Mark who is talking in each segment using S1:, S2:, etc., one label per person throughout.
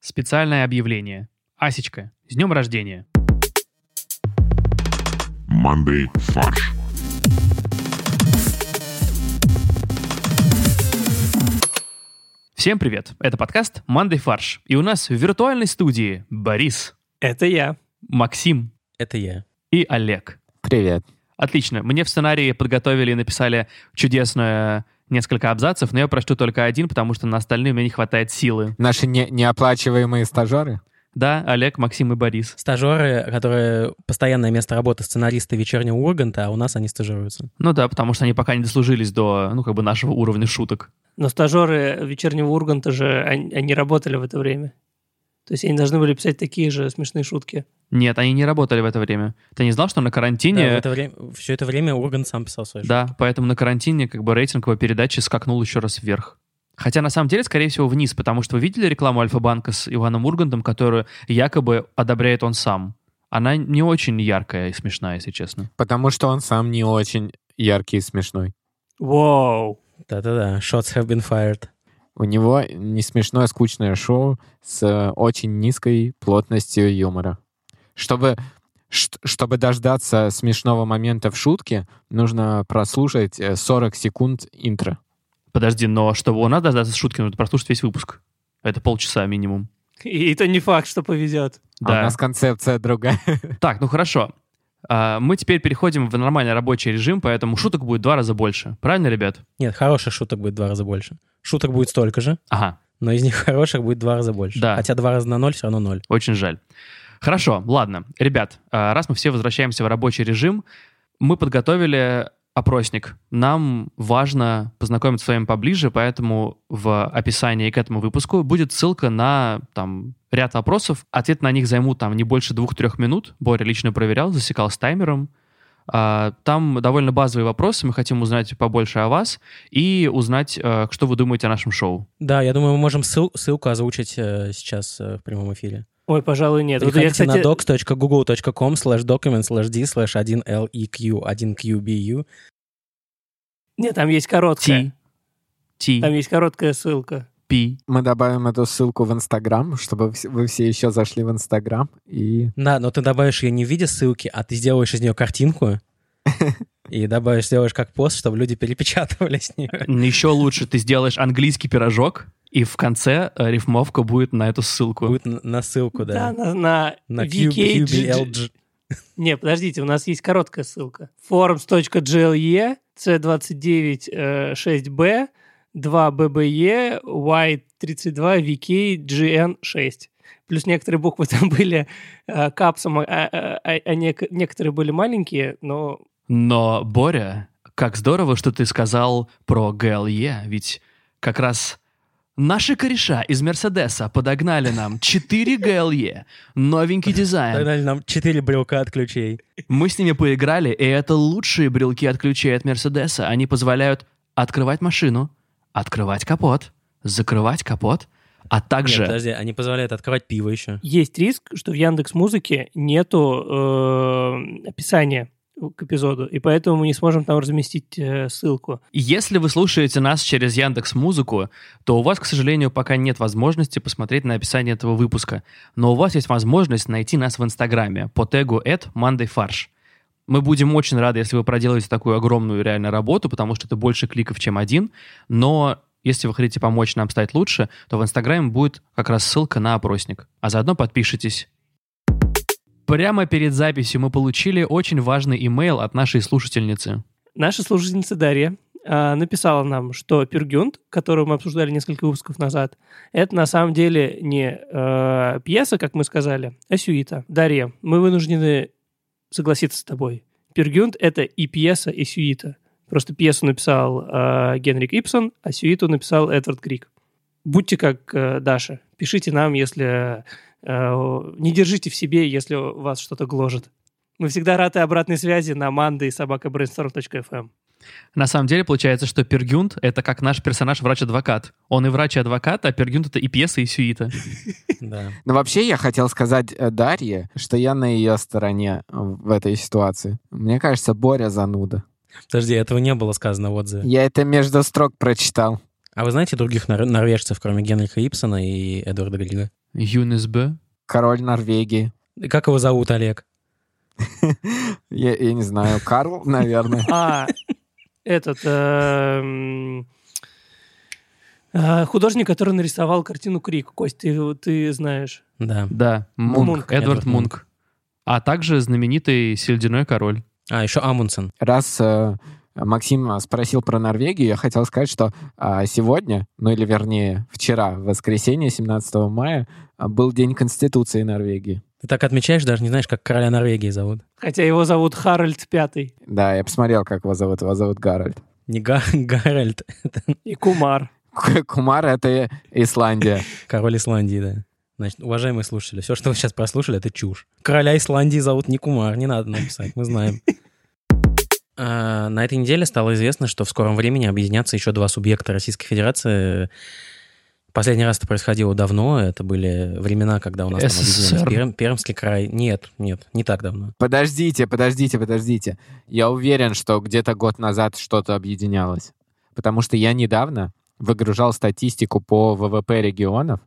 S1: Специальное объявление. Асечка, с днем рождения!
S2: Monday Fudge.
S1: Всем привет! Это подкаст «Мандай фарш». И у нас в виртуальной студии Борис,
S3: Это я.
S1: Максим
S4: Это я.
S1: и Олег.
S5: Привет.
S1: Отлично. Мне в сценарии подготовили и написали чудесное несколько абзацев, но я прочту только один, потому что на остальные мне не хватает силы.
S5: Наши не- неоплачиваемые стажеры?
S1: Да, Олег, Максим и Борис.
S4: Стажеры, которые постоянное место работы сценариста вечернего Урганта, а у нас они стажируются.
S1: Ну да, потому что они пока не дослужились до, ну, как бы нашего уровня шуток.
S3: Но стажеры вечернего Урганта же, они, они работали в это время. То есть они должны были писать такие же смешные шутки.
S1: Нет, они не работали в это время. Ты не знал, что на
S4: Да, в
S1: карантине...
S4: это время, все это время Ургант сам писал свои
S1: Да, поэтому на карантине как бы рейтинг его передачи скакнул еще раз вверх. Хотя на самом деле, скорее всего, вниз, потому что вы видели рекламу Альфа-банка с Иваном Ургантом, которую якобы одобряет он сам. Она не очень яркая и смешная, если честно.
S5: Потому что он сам не очень яркий и смешной.
S3: Вау!
S4: шутки. Да-да-да. Shots have been fired.
S5: У него не смешное, скучное шоу с э, очень низкой плотностью юмора. Чтобы, шт- чтобы дождаться смешного момента в шутке, нужно прослушать э, 40 секунд интро.
S1: Подожди, но чтобы у нас дождаться шутки, нужно прослушать весь выпуск. Это полчаса минимум.
S3: И это не факт, что повезет.
S5: А у нас концепция другая.
S1: Так, ну хорошо. А, Мы теперь переходим в нормальный рабочий режим, поэтому шуток будет в два раза больше. Правильно, ребят?
S4: Нет, хороших шуток будет в два раза больше. Шуток будет столько же,
S1: Ага,
S4: но из них хороших будет в два раза больше.
S1: Да.
S4: Хотя два раза на ноль все равно ноль.
S1: очень жаль. Хорошо, ладно. Ребят, а, раз мы все возвращаемся в рабочий режим, мы подготовили опросник. Нам важно познакомиться с вами поближе, поэтому в описании к этому выпуску будет ссылка на там ряд вопросов. Ответ на них займут там не больше двух-трех минут. Боря лично проверял, засекал с таймером. А, Там довольно базовые вопросы, мы хотим узнать побольше о вас и узнать, э, что вы думаете о нашем шоу.
S4: Да, я думаю, мы можем ссыл- ссылку озвучить э, сейчас э, в прямом эфире.
S3: Ой, пожалуй, нет. Вот я,
S4: Переходите
S3: кстати,
S4: на docs.google.com slash document slash d slash 1leq 1qbu.
S3: Нет, там есть короткая.
S1: Ти. Ти.
S3: Там есть короткая ссылка.
S1: Пи.
S5: Мы добавим эту ссылку в Инстаграм, чтобы вс- вы все еще зашли в Инстаграм и
S4: Да, но ты добавишь ее не в виде ссылки, а ты сделаешь из нее картинку и добавишь, сделаешь как пост, чтобы люди перепечатывали с нее.
S1: Еще лучше, ты сделаешь английский пирожок, и в конце э, рифмовка будет на эту ссылку.
S4: Будет на- на ссылку,
S3: Да,
S4: да.
S3: на, на,
S4: На Q-
S3: VK
S4: QBLG.
S3: Не, подождите, у нас есть короткая ссылка. forums.gle э, c296b 2bbe y32vkgn6. Плюс некоторые буквы там были э, капсом, а, а- а- а нек- некоторые были маленькие, но
S1: Но, Боря, как здорово, что ты сказал про ГЛЕ, ведь как раз наши кореша из Мерседеса подогнали нам 4 ГЛЕ, новенький дизайн.
S4: Догнали нам 4 брелка от ключей.
S1: Мы с ними поиграли, и это лучшие брелки от ключей от Мерседеса. Они позволяют открывать машину, открывать капот, закрывать капот, а
S4: Нет,
S1: также...
S4: подожди, они позволяют открывать пиво еще.
S3: есть риск, что в Яндекс Музыке нету э, описания к эпизоду, и поэтому мы не сможем там разместить э, ссылку.
S1: Если вы слушаете нас через Яндекс Музыку, то у вас, к сожалению, пока нет возможности посмотреть на описание этого выпуска. Но у вас есть возможность найти нас в Инстаграме по тегу @mondayfarsh. Мы будем очень рады, если вы проделаете такую огромную реально работу, потому что это больше кликов, чем один. Но если вы хотите помочь нам стать лучше, то в Инстаграме будет как раз ссылка на опросник. А заодно подпишитесь. Прямо перед записью мы получили очень важный имейл от нашей слушательницы.
S3: Наша слушательница Дарья а, написала нам, что Пергюнд, которую мы обсуждали несколько выпусков назад, это на самом деле не э, пьеса, как мы сказали, а сюита. Дарья, мы вынуждены согласиться с тобой. Пергюнд — это и пьеса, и сюита. Просто пьесу написал э, Генрик Ипсон, а сюиту написал Эдвард Крик. Будьте как э, Даша. Пишите нам, если... э, не держите в себе, если вас что-то гложет. Мы всегда рады обратной связи на манды и собакабрейнсторм.фм.
S1: На самом деле получается, что Пергюнт — это как наш персонаж врач-адвокат. Он и врач и адвокат, а Пергюнт — это и пьеса, и сюита.
S4: Да.
S5: Ну, вообще, я хотел сказать э, Дарье, что я на ее стороне в этой ситуации. Мне кажется, Боря зануда.
S4: Подожди, этого не было сказано в отзыве.
S5: Я это между строк прочитал.
S4: А вы знаете других нор- норвежцев, кроме Генриха Ипсона и Эдварда Грига?
S1: Юнис Б.
S5: Король Норвегии.
S4: Как его зовут, Олег?
S5: Я, я не знаю, Карл, наверное.
S3: А, этот... эм, э, Художник, который нарисовал картину Крик. Кость, ты, его- ты знаешь.
S4: Да.
S1: Да, Мунк.
S3: Мунк.
S1: Эдвард
S4: Эдвард Мунк.
S1: Мунк. А также знаменитый сельдяной король.
S4: А, еще Амундсен.
S5: Раз э, Максим э, спросил про Норвегию, я хотел сказать, что а, сегодня, ну или вернее вчера, в воскресенье, 17 мая, а, был День Конституции Норвегии.
S4: Ты так отмечаешь, даже не знаешь, как короля Норвегии зовут.
S3: Хотя его зовут Харальд Пятый
S5: Да, я посмотрел, как его зовут. Его зовут Гарольд.
S4: Не Га- Гарольд,
S3: и Кумар.
S5: К- Кумар — это Исландия.
S4: король Исландии, да. Значит, уважаемые слушатели, все, что вы сейчас прослушали, это чушь. Короля Исландии зовут не Кумар, не надо нам писать, мы знаем. А, На этой неделе стало известно, что в скором времени объединятся еще два субъекта Российской Федерации. Последний раз это происходило давно, это были времена, когда у нас там объединялись
S1: СССР.
S4: Перм- Пермский край. Нет, нет, не так давно.
S5: Подождите, подождите, подождите. Я уверен, что где-то год назад что-то объединялось. Потому что я недавно выгружал статистику по ВВП регионов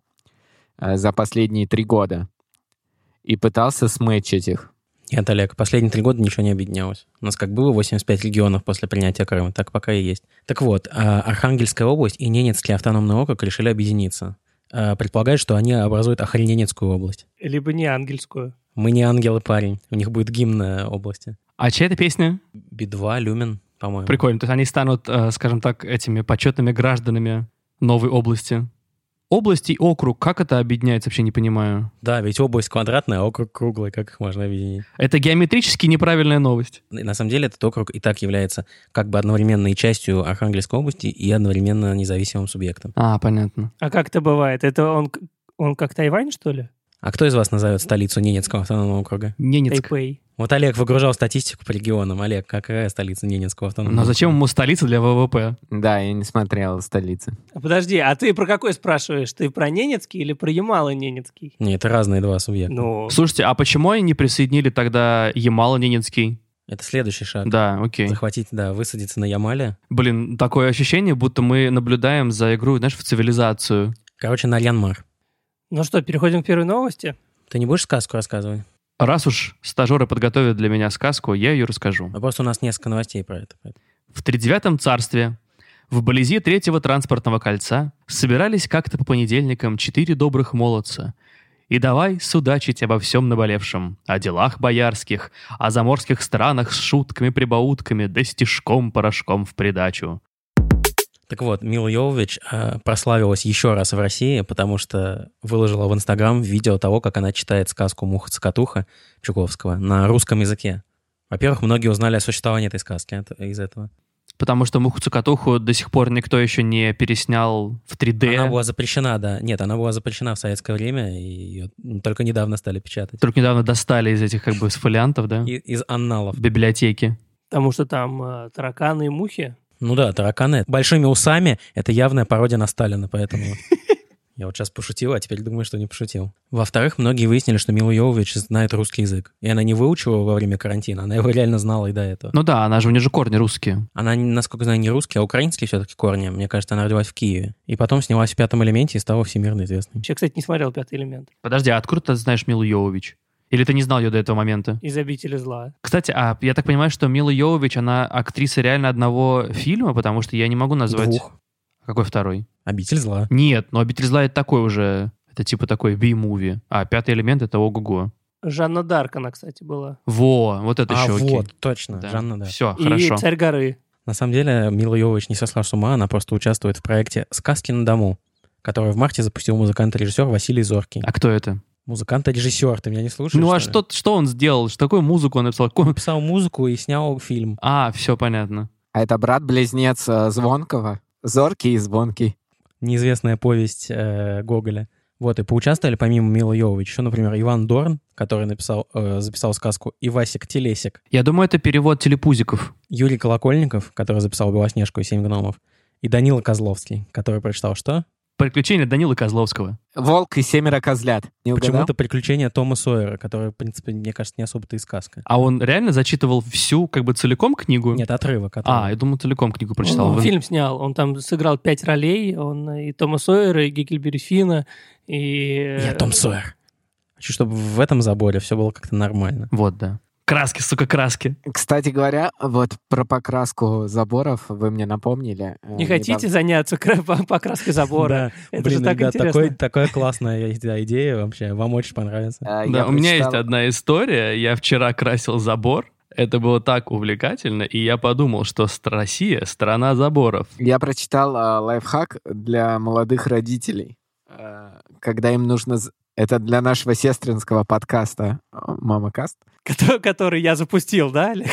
S5: э, за последние три года и пытался сметчить их.
S4: Нет, Олег, последние три года ничего не объединялось. У нас как было 85 регионов после принятия Крыма, так пока и есть. Так вот, а, Архангельская область и Ненецкий автономный округ решили объединиться. А, Предполагают, что они образуют Охрененецкую область.
S3: Либо не ангельскую.
S4: Мы не ангелы, парень. У них будет гимн э, области.
S1: А чья это песня?
S4: Би-2, Люмен, по-моему.
S1: Прикольно. То есть они станут, э, скажем так, этими почетными гражданами новой области. Область и округ, как это объединяется, вообще не понимаю.
S4: Да, ведь область квадратная, а округ круглый. Как их можно объединить?
S1: Это геометрически неправильная новость.
S4: И На самом деле этот округ и так является как бы одновременно и частью Архангельской области, и одновременно независимым субъектом.
S1: А, понятно.
S3: А как это бывает? Это он, к- он как Тайвань, что ли?
S4: А кто из вас назовет столицу Ненецкого автономного округа?
S1: Ненецк.
S3: Тайпей.
S4: Вот Олег выгружал статистику по регионам. Олег, какая столица Ненецкого автономного?
S1: Но зачем ему столица для ВВП?
S5: Да, я не смотрел столицы.
S3: А Подожди, а ты про какой спрашиваешь? Ты про Ненецкий или про Ямало-Ненецкий?
S4: Нет, это разные два субъекта.
S3: Ну,
S1: Слушайте, а почему они не присоединили тогда Ямало-Ненецкий?
S4: Это следующий шаг.
S1: Да, окей.
S4: Захватить, да, высадиться на Ямале.
S1: Блин, такое ощущение, будто мы наблюдаем за игру, знаешь, в цивилизацию.
S4: Короче, на Янмар.
S3: ну что, переходим к первой новости?
S4: Ты не будешь сказку рассказывать?
S1: Раз уж стажеры подготовят для меня сказку, я ее расскажу.
S4: А просто у нас несколько новостей про это. поэтому.
S1: В тридевятом царстве, вблизи третьего транспортного кольца, собирались как-то по понедельникам четыре добрых молодца. И давай судачить обо всем наболевшем, о делах боярских, о заморских странах с шутками-прибаутками, да стишком-порошком в придачу.
S4: Так вот, Мила Йовович э, прославилась еще раз в России, потому что выложила в Инстаграм видео того, как она читает сказку «Муха-цокотуха» Чуковского на русском языке. Во-первых, многие узнали о существовании этой сказки от- из этого.
S1: Потому что муху-цокотуху до сих пор никто еще не переснял в 3D.
S4: Она была запрещена, да. Нет, она была запрещена в советское время, и ее только недавно стали печатать.
S1: Только недавно достали из этих как бы с фолиантов, да?
S4: И- из анналов.
S1: В библиотеке.
S3: Потому что там э, тараканы и мухи.
S4: Ну да, тараканы. Большими усами — это явная пародия на Сталина, поэтому... Я вот сейчас пошутил, а теперь думаю, что не пошутил. Во-вторых, многие выяснили, что Мила Йовович знает русский язык. И она не выучила его во время карантина, она его реально знала и до этого.
S1: Ну да, она же, у нее же корни русские.
S4: Она, насколько знаю, не русский, а украинский все-таки корни. Мне кажется, она родилась в Киеве. И потом снялась в «Пятом элементе» и стала всемирно известной.
S3: Я, кстати, не смотрел «Пятый элемент»
S1: Подожди, а откуда ты знаешь Милу Йовович? Или ты не знал ее до этого момента?
S3: из «Обители зла».
S1: Кстати, а я так понимаю, что Мила Йовович, она актриса реально одного фильма, потому что я не могу назвать... а
S4: Двух.
S1: Какой второй?
S4: «Обитель зла».
S1: Нет, но «Обитель зла» — это такой уже... Это типа такой B-муви. А «Пятый элемент» — это ого-го.
S3: Жанна Дарк она, кстати, была.
S1: Во, вот это
S4: а
S1: еще окей.
S4: вот, точно, Жанна, да.
S1: Все,
S3: и
S1: хорошо.
S3: «Царь горы».
S4: На самом деле Мила Йовович не сошла с ума, она просто участвует в проекте «Сказки на дому», который в марте запустил музыкант и режиссер Василий Зоркий.
S1: А кто это?
S4: Музыкант и режиссер, ты меня не слушаешь?
S1: ну а
S4: ли?
S1: что, что он сделал? Что- Какую музыку он написал? Какой
S4: Он
S1: он-
S4: писал музыку и снял фильм.
S1: А, все понятно.
S5: А это брат-близнец э, Звонкого. Зоркий и Звонкий.
S4: Неизвестная повесть э, Гоголя. Вот, и поучаствовали помимо Мила Йовович еще, например, Иван Дорн, который написал, э, записал сказку «Ивасик Телесик»,
S1: Я думаю, это перевод телепузиков.
S4: Юрий Колокольников, который записал «Белоснежку и семь гномов», и Данила Козловский, который прочитал что?
S1: Приключения Данилы Козловского.
S5: Волк и семеро козлят. Не угадал?
S4: Почему-то приключения Тома Сойера, которое, в принципе, мне кажется, не особо-то и сказка.
S1: А он реально зачитывал всю, как бы целиком книгу?
S4: Нет, отрывок. от
S1: А, я думал, целиком книгу прочитал.
S3: Он
S1: Вы-
S3: фильм снял, он там сыграл пять ролей, он э, и Тома Сойера, и Гекельбери Фина, и... э,
S4: Я Том Сойер. Э, Хочу, чтобы в этом заборе все было как-то нормально.
S1: Вот, да. Краски, сука, краски.
S5: Кстати говоря, вот про покраску заборов вы мне напомнили. Э,
S3: Не хотите
S5: недавно.
S3: заняться кра- по- покраской забора?
S4: Да.
S3: Это
S4: Блин,
S3: же так
S4: ребят,
S3: интересно.
S4: такой- такая классная да, идея вообще. Вам очень понравится.
S5: Э,
S1: Да,
S5: я
S1: у меня есть
S5: прочитал-
S1: одна история. Я вчера красил забор. Это было так увлекательно, и я подумал, что с- Россия — страна заборов.
S5: Я прочитал э, лайфхак для молодых родителей, э, когда им нужно... з- Это для нашего сестринского подкаста э, «Мама Каст».
S3: Кото- Который я запустил, да, Олег?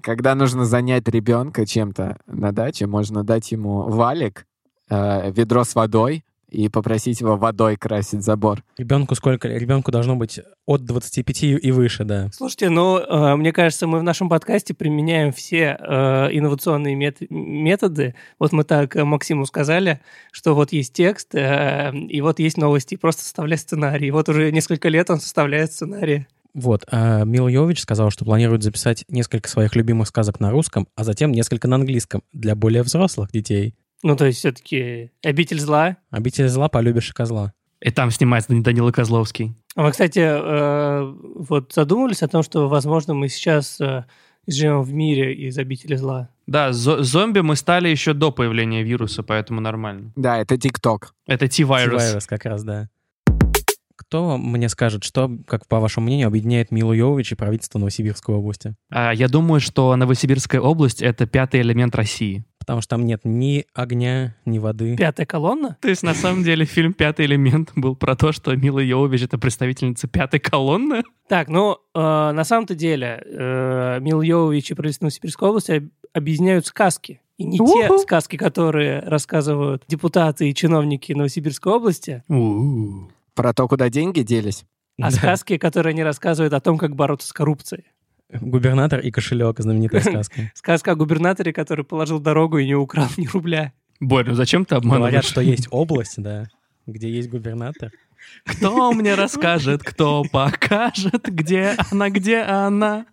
S5: Когда нужно занять ребенка чем-то на даче, можно дать ему валик, э, ведро с водой и попросить его водой красить забор.
S4: Ребенку сколько? Ребенку должно быть от 25 и выше, да.
S3: Слушайте, ну, э, мне кажется, мы в нашем подкасте применяем все э, инновационные мет- методы. Вот мы так э, Максиму сказали, что вот есть текст, э, и вот есть новости, и просто составляй сценарий. И вот уже несколько лет он составляет сценарий.
S4: Вот, а Мила Йович сказал, что планирует записать несколько своих любимых сказок на русском, а затем несколько на английском для более взрослых детей.
S3: Ну, то есть все-таки «Обитель зла».
S4: «Обитель зла, полюбишь и козла».
S1: И там снимается Данила Козловский.
S3: А вы, кстати, э, вот задумывались о том, что, возможно, мы сейчас э, живем в мире из «Обители зла».
S1: Да, зо- зомби мы стали еще до появления вируса, поэтому нормально.
S5: Да, это ТикТок.
S1: Это T-вирус.
S4: Вирус как раз, да. Кто мне скажет, что, как по вашему мнению, объединяет Милу Йович и правительство Новосибирской области?
S1: А, я думаю, что Новосибирская область — это пятый элемент России.
S4: Потому что там нет ни огня, ни воды.
S3: «Пятая колонна»?
S1: То есть, на самом деле, фильм «Пятый элемент» был про то, что Мила Йовович — это представительница пятой колонны?
S3: Так, ну, э, на самом-то деле, э, Мил Йовович и правительство Новосибирской области об- объединяют сказки. И не те
S1: Уху.
S3: сказки, которые рассказывают депутаты и чиновники Новосибирской области,
S5: Про то, куда деньги делись.
S3: а
S4: Да.
S3: сказки, которые они рассказывают о том, как бороться с коррупцией.
S4: Губернатор и кошелек, знаменитая сказка.
S3: Сказка о губернаторе, который положил дорогу и не украл ни рубля.
S1: Борь, ну зачем ты
S4: Говорят,
S1: обманываешь?
S4: что есть область, да, где есть губернатор.
S1: Кто мне расскажет, кто покажет, где она, где она?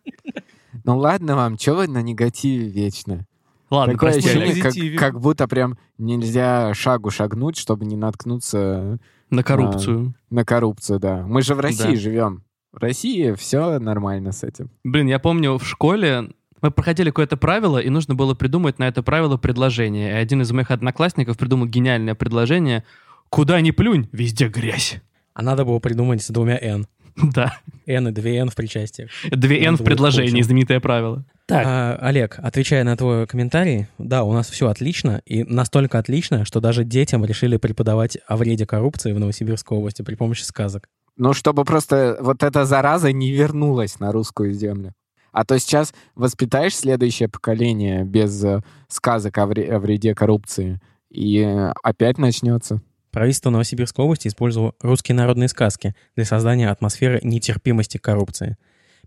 S5: Ну ладно вам, чего вы на негативе вечно?
S1: Ладно,
S5: Такое
S1: прости,
S5: ощущение,
S1: Олег,
S5: как,
S3: позитиве.
S5: как будто прям нельзя шагу шагнуть, чтобы не наткнуться
S1: на коррупцию.
S4: А.
S5: на коррупцию, да. Мы же в
S1: Да.
S5: России живем. В России все нормально с этим.
S1: Блин, я помню, в школе мы проходили какое-то правило, и нужно было придумать на это правило предложение. И один из моих одноклассников придумал гениальное предложение «Куда ни плюнь, везде грязь».
S4: А надо было придумать с двумя «н».
S1: Да,
S4: «Н» и две «н» в причастиях.
S1: две «Н» в
S4: Надо было
S1: предложении,
S4: получить.
S1: знаменитое правило.
S3: Так,
S4: А, Олег, отвечая на твой комментарий, да, у нас все отлично, и настолько отлично, что даже детям решили преподавать о вреде коррупции в Новосибирской области при помощи сказок.
S5: Ну, чтобы просто вот эта зараза не вернулась на русскую землю. А то сейчас воспитаешь следующее поколение без э, сказок о, вре- о вреде коррупции, и э, опять начнется.
S4: Правительство Новосибирской области использовало русские народные сказки для создания атмосферы нетерпимости к коррупции.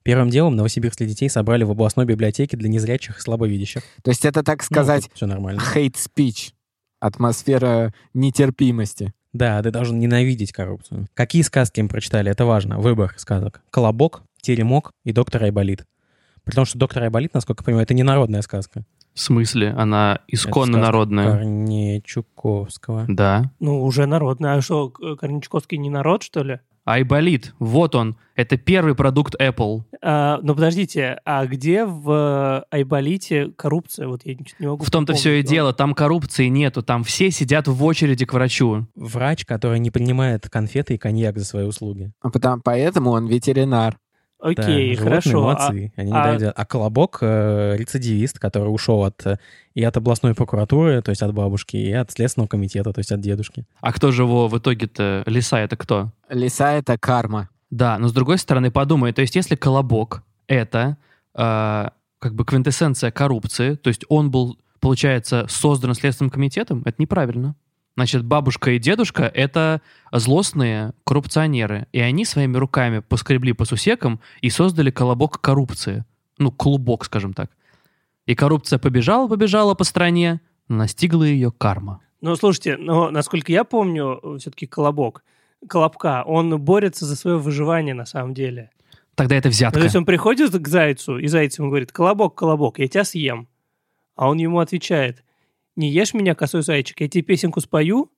S4: Первым делом новосибирских детей собрали в областной библиотеке для незрячих и слабовидящих.
S5: То есть это,
S4: Ну,
S5: так сказать,
S4: все нормально.
S5: хейт-спич, атмосфера нетерпимости.
S4: Да, ты должен ненавидеть коррупцию. Какие сказки им прочитали, это важно. Выбор сказок. «Колобок», «Теремок» и «Доктор Айболит». При том, что «Доктор Айболит», насколько я понимаю, это не народная сказка.
S1: В смысле? Она исконно
S4: сказка
S1: народная.
S4: Корнея Чуковского.
S1: Да.
S3: ну, уже народное. А что, К- Корничковский не народ, что ли?
S1: Айболит, вот он. Это первый продукт Apple.
S3: А, ну, подождите, а где в э, Айболите коррупция? Вот я ничего не могу
S1: В том-то все и
S3: припомнить.
S1: дело, там коррупции нету, там все сидят в очереди к врачу.
S4: Врач, который не принимает конфеты и коньяк за свои услуги.
S5: А потом, поэтому он ветеринар.
S4: Да,
S3: Окей,
S4: животные
S3: хорошо. А-
S4: молодцы, они не
S3: а-
S4: дают дела. А Колобок э, рецидивист, который ушел от э, и от областной прокуратуры, то есть от бабушки, и от следственного комитета, то есть от дедушки.
S1: А кто же его в итоге-то? Лиса это кто?
S5: Лиса — это карма.
S1: Да, но с другой стороны, подумай, то есть если Колобок — это э, как бы квинтэссенция коррупции, то есть он был, получается, создан Следственным комитетом, это неправильно. Значит, бабушка и дедушка — это злостные коррупционеры, и они своими руками поскребли по сусекам и создали Колобок коррупции. Ну, клубок, скажем так. И коррупция побежала-побежала по стране, настигла ее карма.
S3: Ну, слушайте, но, насколько я помню, все-таки Колобок, Колобка, он борется за свое выживание на самом деле.
S1: Тогда это
S3: Ну, то
S1: взятка.
S3: есть он приходит к зайцу, и зайцу ему говорит, «Колобок, Колобок, я тебя съем». А он ему отвечает, «Не ешь меня, косой зайчик, я тебе песенку спою»,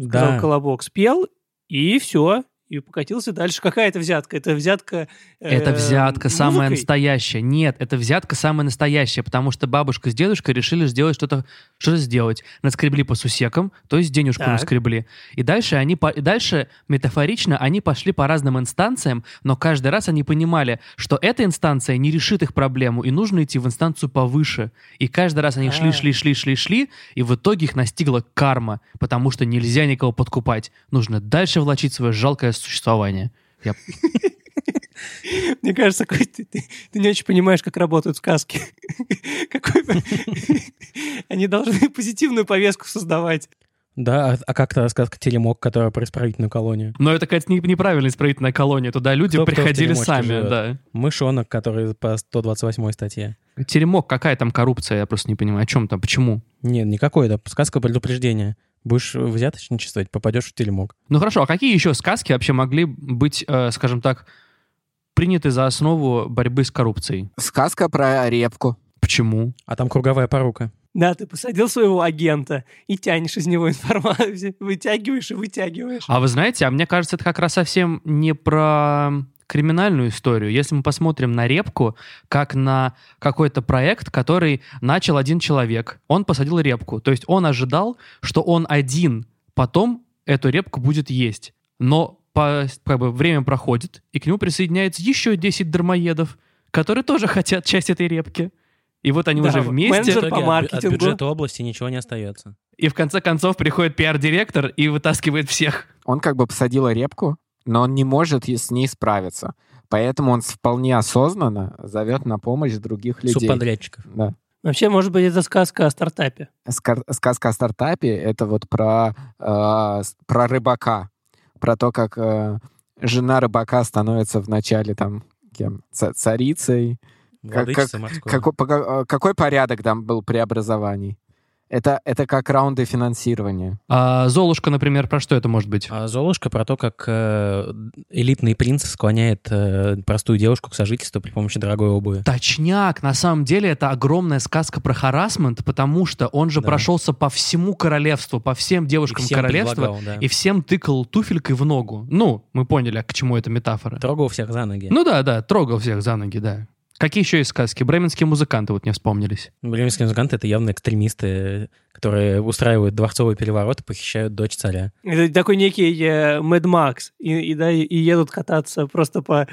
S3: сказал
S4: Да.
S3: Колобок, спел, и все, и покатился дальше. Какая это взятка? Это взятка... э,
S1: Это взятка самая
S3: музыкой?
S1: настоящая. Нет, это взятка самая настоящая, потому что бабушка с дедушкой решили сделать что-то, что сделать. Наскребли по сусекам, то есть денежку
S3: Так.
S1: наскребли. И дальше они, по- и дальше метафорично они пошли по разным инстанциям, но каждый раз они понимали, что эта инстанция не решит их проблему, и нужно идти в инстанцию повыше. И каждый раз они шли,
S3: А.
S1: шли, шли, шли, шли, и в итоге их настигла карма, потому что нельзя никого подкупать. Нужно дальше влачить свое жалкое существование.
S3: Мне кажется, Кость, ты, ты- ты не очень понимаешь, как работают сказки. Какой... Они должны позитивную повестку создавать.
S4: Да, а, а как-то сказка Теремок, которая про исправительную колонию.
S1: Но это какая-то не- неправильная исправительная колония. Туда люди
S4: Кто- кто в
S1: приходили
S4: теремочке
S1: сами,
S4: живет?
S1: да.
S4: Мышонок, который по 128 статье.
S1: Теремок, какая там коррупция? Я просто не понимаю, о чем там, почему?
S4: Нет, никакой, это сказка предупреждения. Будешь взяточничествовать, попадешь в Теремок.
S1: Ну хорошо, а какие еще сказки вообще могли быть, э, скажем так, приняты за основу борьбы с коррупцией?
S5: Сказка про репку.
S1: Почему?
S4: А там круговая порука.
S3: Да, ты посадил своего агента и тянешь из него информацию, вытягиваешь и вытягиваешь.
S1: А вы знаете, а мне кажется, это как раз совсем не про криминальную историю. Если мы посмотрим на репку, как на какой-то проект, который начал один человек, он посадил репку. То есть он ожидал, что он один потом эту репку будет есть. Но по- как бы время проходит, и к нему присоединяется еще 10 дармоедов, которые тоже хотят часть этой репки. И вот они
S3: Да,
S1: уже
S3: вот
S1: вместе.
S3: менеджер-
S4: В
S3: Бюджет
S4: итоге
S3: по
S4: от бю-
S3: маркетингу.
S4: От бюджета области ничего не остается.
S1: И в конце концов приходит пиар-директор и вытаскивает всех.
S5: Он как бы посадил репку, но он не может и с ней справиться. Поэтому он вполне осознанно зовет на помощь других людей.
S4: Субподрядчиков.
S5: Да.
S3: Вообще, может быть, это сказка о стартапе.
S5: Скар- сказка о стартапе это вот про, э, с- про рыбака, про то, как э, жена рыбака становится вначале там кем Ца- царицей. Как-
S4: Владычица морского.
S5: Какой, по ка- э, какой порядок там был преобразований? Это, это как раунды финансирования.
S1: А Золушка, например, про что это может быть?
S4: А Золушка про то, как э, элитный принц склоняет э, простую девушку к сожительству при помощи дорогой обуви.
S1: Точняк, на самом деле это огромная сказка про харасмент, потому что он же
S4: Да.
S1: прошелся по всему королевству, по всем девушкам
S4: И всем
S1: королевства,
S4: предлагал, да.
S1: и всем тыкал туфелькой в ногу. Ну, мы поняли, к чему эта метафора.
S4: Трогал всех за ноги.
S1: Ну да, да, трогал всех за ноги, да. Какие еще есть сказки? Бременские музыканты вот не вспомнились.
S4: Бременские Ну, музыканты — это явно экстремисты, которые устраивают дворцовый переворот и похищают дочь царя.
S3: Это такой некий э, Мэд Макс. И, и да, и едут кататься просто по,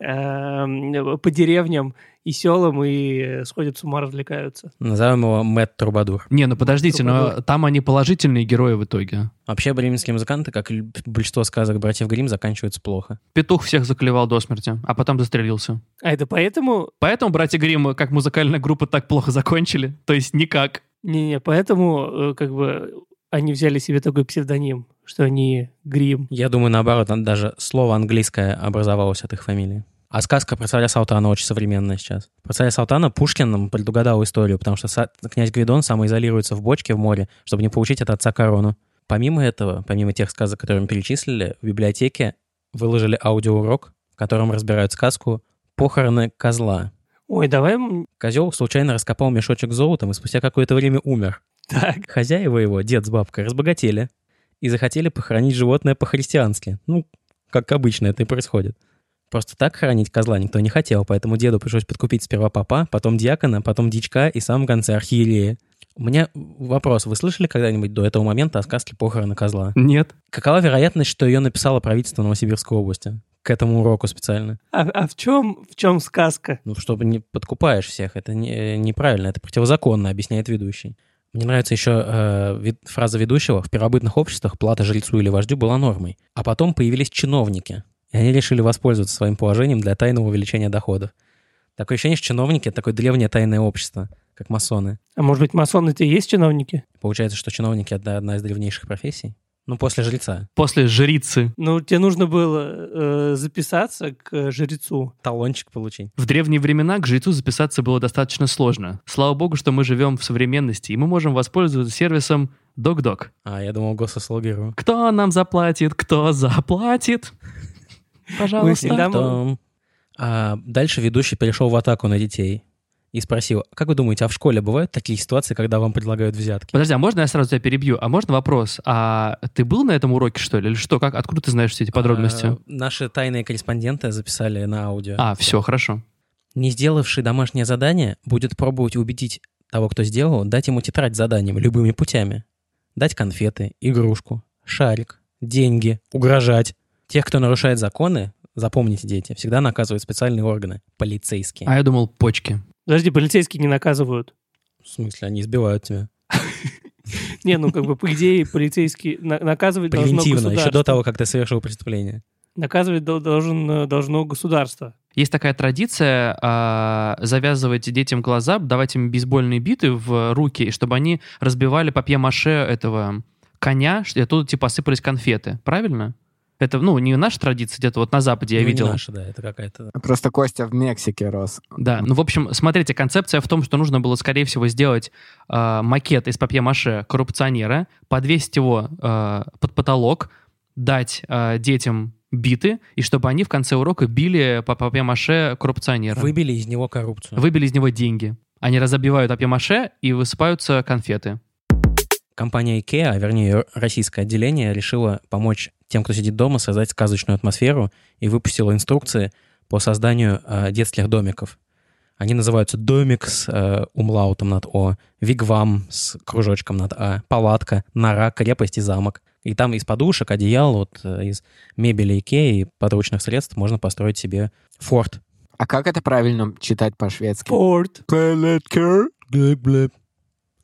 S3: эм, по деревням и селам, и э, сходят с ума, развлекаются.
S4: Назовем его Мэтт Трубадур.
S1: Не, ну подождите, но
S3: Трубадур.
S1: там они положительные герои в итоге.
S4: Вообще, бременские музыканты, как и большинство сказок братьев Гримм, заканчиваются плохо.
S1: Петух всех заклевал до смерти, а потом застрелился.
S3: А это поэтому...
S1: Поэтому братья Гримм как музыкальная группа так плохо закончили, то есть никак.
S3: Не-не, поэтому э, как бы они взяли себе такой псевдоним, что они грим.
S4: Я думаю, наоборот, там даже слово английское образовалось от их фамилии. А сказка про царя Салтана очень современная сейчас. Про царя Салтана Пушкин нам предугадал историю, потому что са- князь Гвидон самоизолируется в бочке в море, чтобы не получить от отца корону. Помимо этого, помимо тех сказок, которые мы перечислили, в библиотеке выложили аудиоурок, в котором разбирают сказку «Похороны козла».
S3: Ой, давай... м,
S4: Козел случайно раскопал мешочек с золотом и спустя какое-то время умер.
S3: Так.
S4: Хозяева его, дед с бабкой, разбогатели и захотели похоронить животное по-христиански. Ну, как обычно это и происходит. Просто так хоронить козла никто не хотел, поэтому деду пришлось подкупить сперва папа, потом диакона, потом дичка и в самом конце архиерея. У меня вопрос. Вы слышали когда-нибудь до этого момента о сказке похороны козла?
S1: Нет.
S4: Какова вероятность, что ее написало правительство Новосибирской области? К этому уроку специально.
S3: А, а в чем в чем сказка?
S4: Ну, чтобы не подкупаешь всех, это не- э, неправильно, это противозаконно, объясняет ведущий. Мне нравится еще э, вид- фраза ведущего. В первобытных обществах плата жрецу или вождю была нормой. А потом появились чиновники. И они решили воспользоваться своим положением для тайного увеличения доходов. Такое ощущение, что чиновники — это такое древнее тайное общество, как масоны.
S3: А может быть, масоны-то и есть чиновники?
S4: Получается, что чиновники — это одна из древнейших профессий. Ну, после жреца.
S1: После жрицы.
S3: Ну, тебе нужно было э, записаться к э, жрецу.
S4: Талончик получить.
S1: В древние времена к жрецу записаться было достаточно сложно. Слава богу, что мы живем в современности, и мы можем воспользоваться сервисом Док-Док.
S4: А, я думал, госуслугеру.
S1: Кто нам заплатит? Кто заплатит?
S3: Мы
S1: Пожалуйста.
S3: всегда можем.
S4: Потом, а, дальше ведущий перешел в атаку на детей и спросил, как вы думаете, а в школе бывают такие ситуации, когда вам предлагают взятки?
S1: Подожди, а можно я сразу тебя перебью? А можно вопрос? А ты был на этом уроке, что ли, или что? Как, откуда ты знаешь все эти подробности?
S4: А, наши тайные корреспонденты записали на аудио.
S1: А, все, хорошо.
S4: Не сделавший домашнее задание будет пробовать убедить того, кто сделал, дать ему тетрадь с заданием любыми путями. Дать конфеты, игрушку, шарик, деньги, угрожать. Тех, кто нарушает законы, запомните, дети, всегда наказывают специальные органы, полицейские.
S1: А я думал, почки.
S3: Подожди, полицейские не наказывают.
S4: В смысле, они избивают тебя?
S3: Не, ну как бы по идее полицейские на- наказывать должно
S4: Превентивно, еще до
S3: государство.
S4: того, как ты совершил преступление.
S3: Наказывать дол- должен, э, должно государство.
S1: Есть такая традиция а, завязывать детям глаза, давать им бейсбольные биты в руки, и чтобы они разбивали папье-маше этого коня, что- и оттуда типа осыпались конфеты. Правильно? Это, ну, не наша традиция, где-то вот на Западе я
S4: Ну, не
S1: видел.
S4: наша, да, это какая-то...
S5: Просто Костя в Мексике рос.
S1: Да, ну, в общем, смотрите, концепция в том, что нужно было, скорее всего, сделать э, макет из папье-маше коррупционера, подвесить его э, под потолок, дать э, детям биты, и чтобы они в конце урока били по папье-маше коррупционера.
S4: Выбили из него коррупцию.
S1: Выбили из него деньги. Они разобивают папье-маше и высыпаются конфеты.
S4: Компания IKEA, а вернее ее российское отделение, решила помочь тем, кто сидит дома, создать сказочную атмосферу и выпустила инструкции по созданию э, детских домиков. Они называются домик с э, умлаутом над О, вигвам с кружочком над А, палатка, нора, крепость и замок. И там из подушек, одеял, вот э, из мебели Икеа и подручных средств можно построить себе форт.
S5: А как это правильно читать по-шведски?
S3: Порт.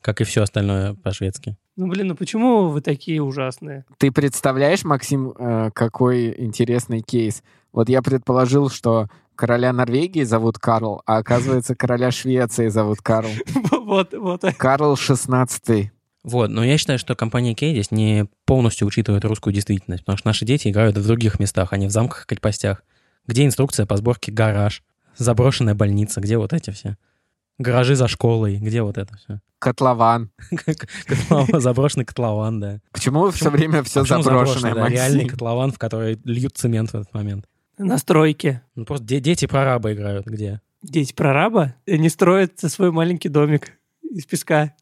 S4: Как и все остальное по-шведски.
S3: Ну блин, ну почему вы такие ужасные?
S5: Ты представляешь, Максим, э, какой интересный кейс? Вот я предположил, что короля Норвегии зовут Карл, а оказывается, короля Швеции зовут Карл.
S3: Вот, вот.
S5: Карл XVI.
S4: Вот, но я считаю, что компания Кей здесь не полностью учитывает русскую действительность, потому что наши дети играют в других местах, а не в замках и крепостях. Где инструкция по сборке гараж, заброшенная больница, где вот эти все? Гаражи за школой, где вот это все?
S5: Котлован.
S4: Котлован, Заброшенный котлован, да.
S5: Почему все время все
S4: А почему
S5: заброшенное,
S4: заброшенный, да? Реальный
S5: Максим?
S4: котлован, в который льют цемент в этот момент.
S3: Настройки.
S4: Ну просто де- дети прорабы играют, где?
S3: Дети прораба, и они строят свой маленький домик из песка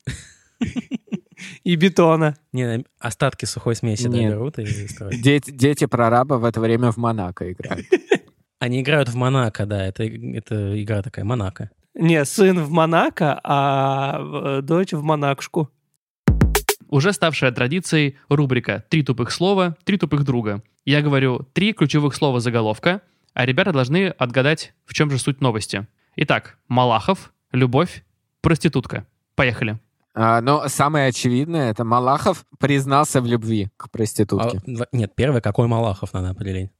S3: и бетона.
S4: Не, остатки сухой смеси да,
S5: Нет.
S4: берут и строят.
S5: Дети, дети прораба в это время в Монако играют.
S4: Они играют в Монако, да, это, это игра такая, Монако.
S3: Не, сын в Монако, а э, дочь в Монакшку.
S1: Уже ставшая традицией рубрика «Три тупых слова, три тупых друга». Я говорю три ключевых слова заголовка, а ребята должны отгадать, в чем же суть новости. Итак, Малахов, любовь, проститутка. Поехали.
S5: А, но самое очевидное, это Малахов признался в любви к
S4: А,
S5: проститутке.
S4: в- нет, первое, какой Малахов надо определить?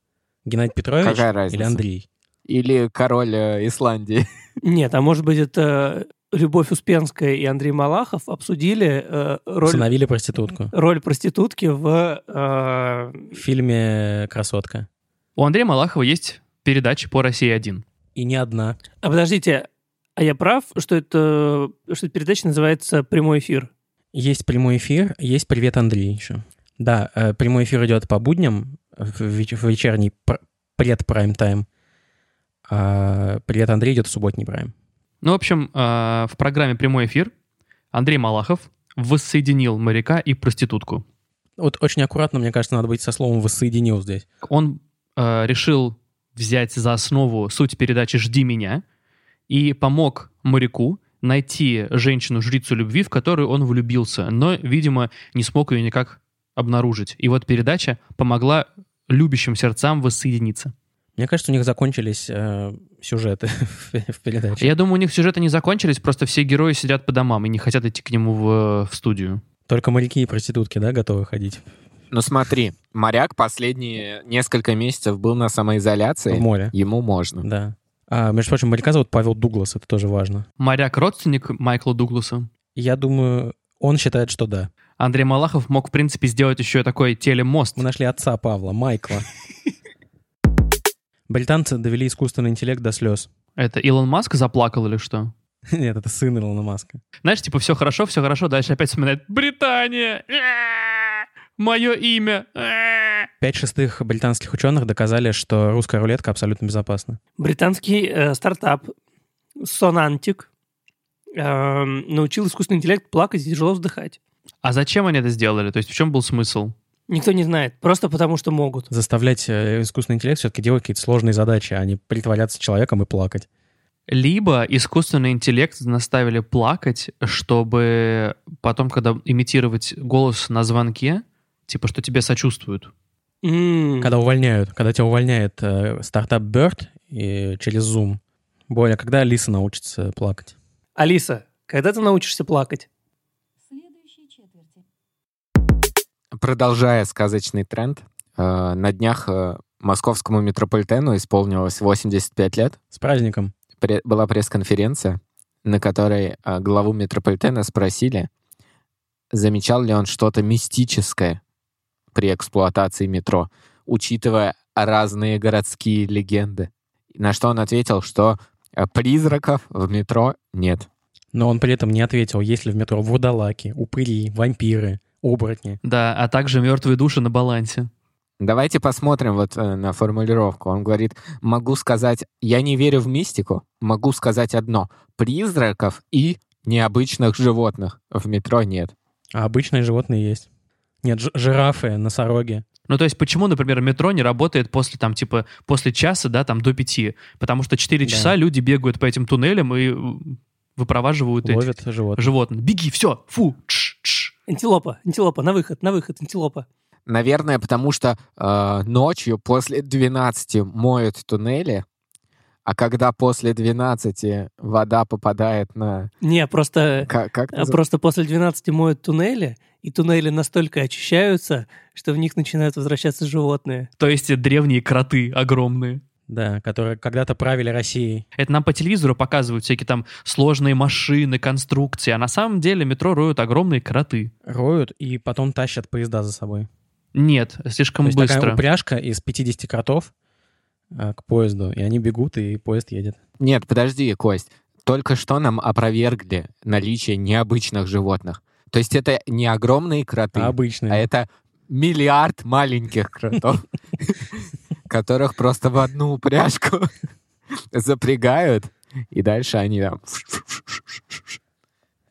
S4: Геннадий Петрович
S5: Какая разница?
S4: или Андрей?
S5: Или король э, Исландии.
S3: Нет, а может быть это Любовь Успенская и Андрей Малахов обсудили э, роль,
S4: Установили проститутку.
S3: роль проститутки в... э,
S4: В фильме «Красотка».
S1: У Андрея Малахова есть передача по «России-1».
S4: И не одна.
S3: А подождите, а я прав, что это что эта передача называется «Прямой эфир»?
S4: Есть прямой эфир, есть «Привет, Андрей» еще. Да, э, прямой эфир идет по будням, в веч- в вечерний пр- пред-прайм-тайм. А «Привет, Андрей» идет в субботний прайм.
S1: Ну, в общем, э, в программе «Прямой эфир» Андрей Малахов воссоединил моряка и проститутку.
S4: Вот очень аккуратно, мне кажется, надо быть со словом «воссоединил» здесь.
S1: он э, решил взять за основу суть передачи «Жди меня» и помог моряку найти женщину-жрицу любви, в которую он влюбился, но, видимо, не смог ее никак обнаружить. И вот передача помогла любящим сердцам воссоединиться.
S4: Мне кажется, у них закончились э, сюжеты в в передаче.
S1: Я думаю, у них сюжеты не закончились, просто все герои сидят по домам и не хотят идти к нему в, в студию.
S4: Только моряки и проститутки, да, готовы ходить
S5: Ну смотри, моряк последние несколько месяцев был на
S4: в
S5: самоизоляции.
S4: море.
S5: Ему можно.
S4: Да. А, между прочим, моряка зовут Павел Дуглас, это тоже важно.
S1: Моряк-родственник Майкла Дугласа.
S4: Я думаю, он считает, что да.
S1: Андрей Малахов мог, в принципе, сделать еще такой телемост.
S4: Мы нашли отца Павла, Майкла. Британцы довели искусственный интеллект до слез.
S1: Это Илон Маск заплакал или что?
S4: Нет, это сын Илона Маска.
S1: Знаешь, типа, все хорошо, все хорошо, дальше опять вспоминает «Британия! Э, Мое имя! Э».
S4: Пять шестых британских ученых доказали, что русская рулетка абсолютно безопасна.
S3: Британский э, стартап Sonantic эм, научил искусственный интеллект плакать и тяжело вздыхать.
S1: А зачем они это сделали? То есть в чем был смысл?
S3: Никто не знает, просто потому что могут.
S4: Заставлять э, искусственный интеллект все-таки делать какие-то сложные задачи, а не притворяться человеком и плакать.
S1: Либо искусственный интеллект наставили плакать, чтобы потом, когда имитировать голос на звонке, типа, что тебе сочувствуют.
S3: М,
S4: Когда увольняют, когда тебя увольняет э, стартап Bird и через Zoom. Боля, когда Алиса научится плакать?
S3: Алиса, когда ты научишься плакать?
S6: следующей четверти.
S5: Продолжая сказочный тренд, э, на днях э, московскому метрополитену исполнилось 85 лет.
S4: С праздником.
S5: Пре- была пресс-конференция, на которой э, главу метрополитена спросили, замечал ли он что-то мистическое при эксплуатации метро, учитывая разные городские легенды. На что он ответил, что э, призраков в метро нет.
S4: Но он при этом не ответил, есть ли в метро вурдалаки, упыри, вампиры, оборотни.
S1: Да, а также мертвые души на балансе.
S5: Давайте посмотрим вот э, на формулировку. Он говорит, могу сказать, я не верю в мистику, могу сказать одно, призраков и необычных животных в метро нет.
S4: А обычные животные есть. Нет, ж- жирафы, носороги.
S1: Ну, то есть, почему, например, метро не работает после, там, типа, после часа, да, там, до пяти? Потому что четыре
S4: Да.
S1: часа люди бегают по этим туннелям и м, выпроваживают этих
S4: ловят животных.
S1: животных. Беги, все, фу, тш, тш.
S3: Антилопа, антилопа, на выход, на выход, антилопа.
S5: Наверное, потому что э, ночью после 12 моют туннели, а когда после 12 вода попадает на...
S3: Не, просто,
S5: ка- как
S3: а
S5: назва-
S3: просто после 12 моют туннели, и туннели настолько очищаются, что в них начинают возвращаться животные.
S1: То есть, э, древние кроты огромные.
S4: Да, которые когда-то правили Россией.
S1: Это нам по телевизору показывают всякие там сложные машины, конструкции, а на самом деле метро роют огромные кроты.
S4: Роют и потом тащат поезда за собой.
S1: Нет,
S4: То
S1: слишком
S4: есть такая
S1: быстро.
S4: упряжка из 50 кротов э, к поезду, и они бегут, и поезд едет.
S5: Нет, подожди, Кость. Только что нам опровергли наличие необычных животных. То есть это не огромные кроты,
S4: А
S5: а
S4: обычные.
S5: это миллиард маленьких кротов, которых просто в одну упряжку запрягают, и дальше они там...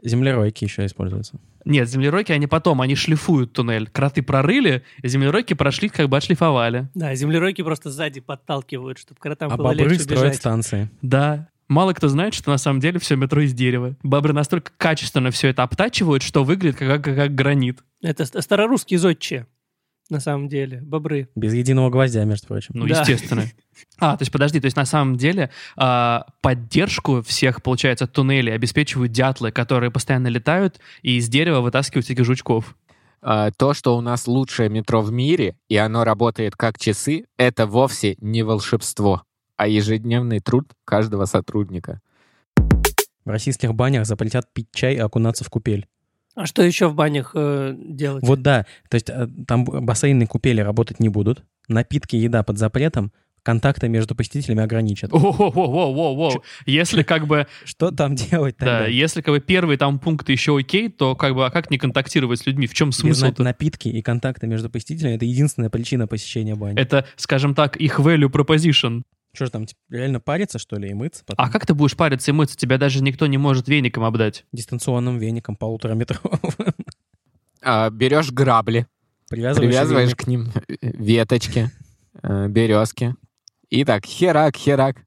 S4: Землеройки еще используются.
S1: Нет, землеройки, они потом, они шлифуют туннель. Кроты прорыли, землеройки прошли, как бы отшлифовали.
S3: Да, землеройки просто сзади подталкивают, чтобы кротам
S4: а
S3: было
S4: бобры
S3: легче
S4: строят
S3: бежать.
S4: станции.
S1: Да. Мало кто знает, что на самом деле все метро из дерева. Бобры настолько качественно все это обтачивают, что выглядит как, как, как гранит.
S3: Это ст- старорусские зодчие, на самом деле, бобры.
S4: Без единого гвоздя, между прочим.
S1: Ну,
S3: Да.
S1: естественно. А, то есть подожди, то есть на самом деле а, поддержку всех, получается, туннелей обеспечивают дятлы, которые постоянно летают и из дерева вытаскивают всяких жучков.
S5: А, То, что у нас лучшее метро в мире, и оно работает как часы, это вовсе не волшебство, а ежедневный труд каждого сотрудника.
S4: В российских банях запретят пить чай и окунаться в купель.
S3: А что еще в банях э, делать?
S4: Вот да, то есть э, там б- бассейны и купели работать не будут, напитки и еда под запретом, контакты между посетителями ограничат.
S1: Воу-воу-воу-воу-воу. Если как бы,
S4: Что там делать
S1: да,
S4: тогда?
S1: если как бы первые там пункты еще окей, то как бы, а как не контактировать с людьми? В чем
S4: Без на-
S1: смысл?
S4: напитки и контакты между посетителями — это единственная причина посещения бани.
S1: Это, скажем так, их value proposition.
S4: Что же там, типа, реально париться, что ли, и мыться потом?
S1: А как ты будешь париться и мыться? Тебя даже никто не может веником обдать.
S4: Дистанционным веником полутораметровым.
S5: А, Берешь грабли,
S4: Привязываешь,
S5: привязываешь
S4: веник.
S5: к ним э, веточки, э, березки, и так херак, херак.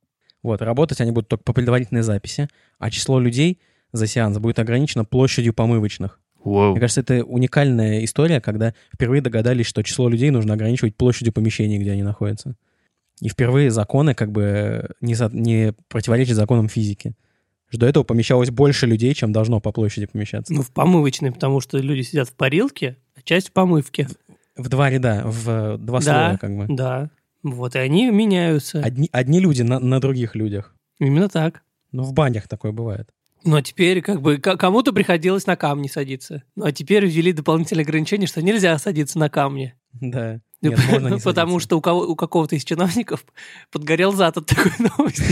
S4: Вот, работать они будут только по предварительной записи, а число людей за сеанс будет ограничено площадью помывочных.
S1: Воу.
S4: Мне кажется, это уникальная история, когда впервые догадались, что число людей нужно ограничивать площадью помещений, где они находятся. И впервые законы как бы не, со- не противоречат законам физики. Что до этого помещалось больше людей, чем должно по площади помещаться.
S3: Ну, в помывочной, потому что люди сидят в парилке, а часть в помывке.
S4: В два ряда, в э, два
S3: Да.
S4: слоя как бы.
S3: Да. Вот, и они меняются.
S4: А Одни, одни люди на, на других людях.
S3: Именно так.
S4: Ну, в банях такое бывает.
S3: Ну, а теперь как бы ко- кому-то приходилось на камни садиться. Ну, а теперь ввели дополнительное ограничение, что нельзя садиться на камни.
S4: Да.
S3: Ну,
S4: Нет, можно не
S3: Потому
S4: садиться.
S3: что у, кого- у какого-то из чиновников подгорел зад от такой новости.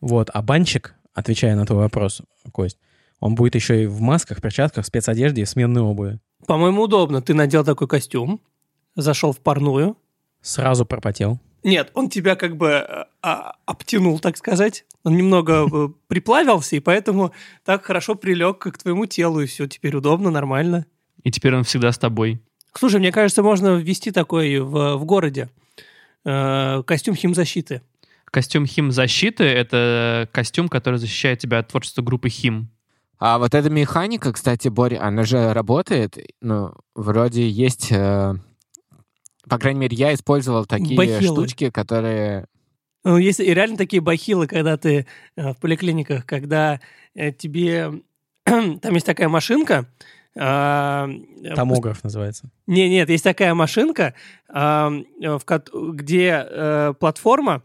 S4: Вот, а банчик, отвечая на твой вопрос, Кость, он будет еще и в масках, перчатках, спецодежде и в сменной обуви.
S3: По-моему, удобно. Ты надел такой костюм, зашел в парную.
S4: Сразу пропотел.
S3: Нет, он тебя как бы э, а- обтянул, так сказать. Он немного э, приплавился, и поэтому так хорошо прилег к твоему телу, и все теперь удобно, нормально.
S1: И теперь он всегда с тобой.
S3: Слушай, мне кажется, можно ввести такой в, в городе э, костюм химзащиты.
S1: Костюм химзащиты — это костюм, который защищает тебя от творчества группы Хим.
S5: А вот эта механика, кстати, Боря, она же работает. Ну, вроде есть... э, по крайней мере, я использовал такие
S3: Бахилы.
S5: штучки, которые...
S3: Ну, есть и реально такие бахилы, когда ты э, в поликлиниках, когда э, тебе... Там есть такая машинка. а, э,
S4: Томограф называется.
S3: Не, нет, есть такая машинка, а, э, в кот- где э, платформа,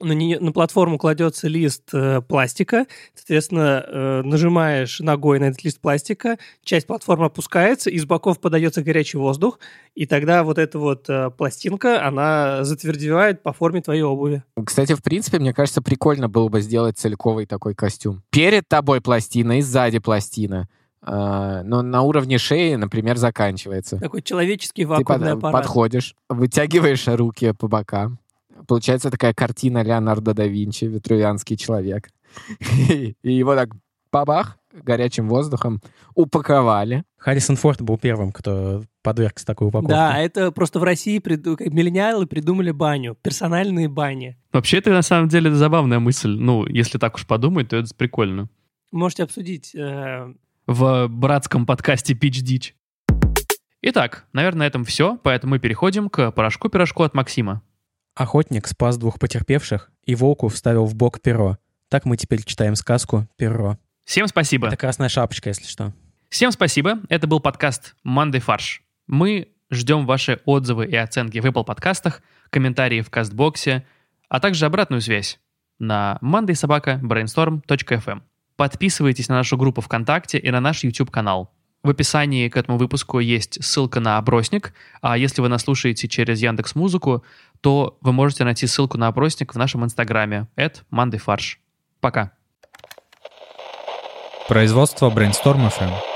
S3: на, нее- на платформу кладется лист э, пластика, соответственно, э, нажимаешь ногой на этот лист пластика, часть платформы опускается, из боков подается горячий воздух, и тогда вот эта вот э, пластинка, она затвердевает по форме твоей обуви.
S5: Кстати, в принципе, мне кажется, прикольно было бы сделать цельковый такой костюм. Перед тобой пластина и сзади пластина. Э, но на уровне шеи, например, заканчивается.
S3: Такой человеческий
S5: Ты под-
S3: вакуумный аппарат.
S5: подходишь, вытягиваешь руки по бокам. Получается такая картина Леонардо да Винчи, «Витрувианский человек». И его так бабах горячим воздухом упаковали.
S4: Харрисон Форд был первым, кто подвергся такой упаковке.
S3: Да, а э это просто в России приду- как миллениалы придумали баню, персональные бани.
S1: Вообще, это на самом деле забавная мысль. Ну, если так уж подумать, то это прикольно.
S3: Можете обсудить э,
S1: В братском подкасте Pitch Ditch. Итак, наверное, на этом все, поэтому мы переходим к порошку-пирожку от Максима.
S4: Охотник спас двух потерпевших и волку вставил в бок перо. Так мы теперь читаем сказку «Перо».
S1: Всем спасибо.
S4: Это красная шапочка, если что.
S1: Всем спасибо. Это был подкаст «Мандай фарш». Мы ждем ваши отзывы и оценки в Apple подкастах, комментарии в Кастбоксе, а также обратную связь на mondaysobaka.brainstorm.fm. эм. Подписывайтесь на нашу группу ВКонтакте и на наш YouTube-канал. В описании к этому выпуску есть ссылка на опросник, а если вы нас слушаете через Яндекс Музыку, то вы можете найти ссылку на опросник в нашем инстаграме @mandayfarsh. Пока.
S7: Производство Brainstorm FM.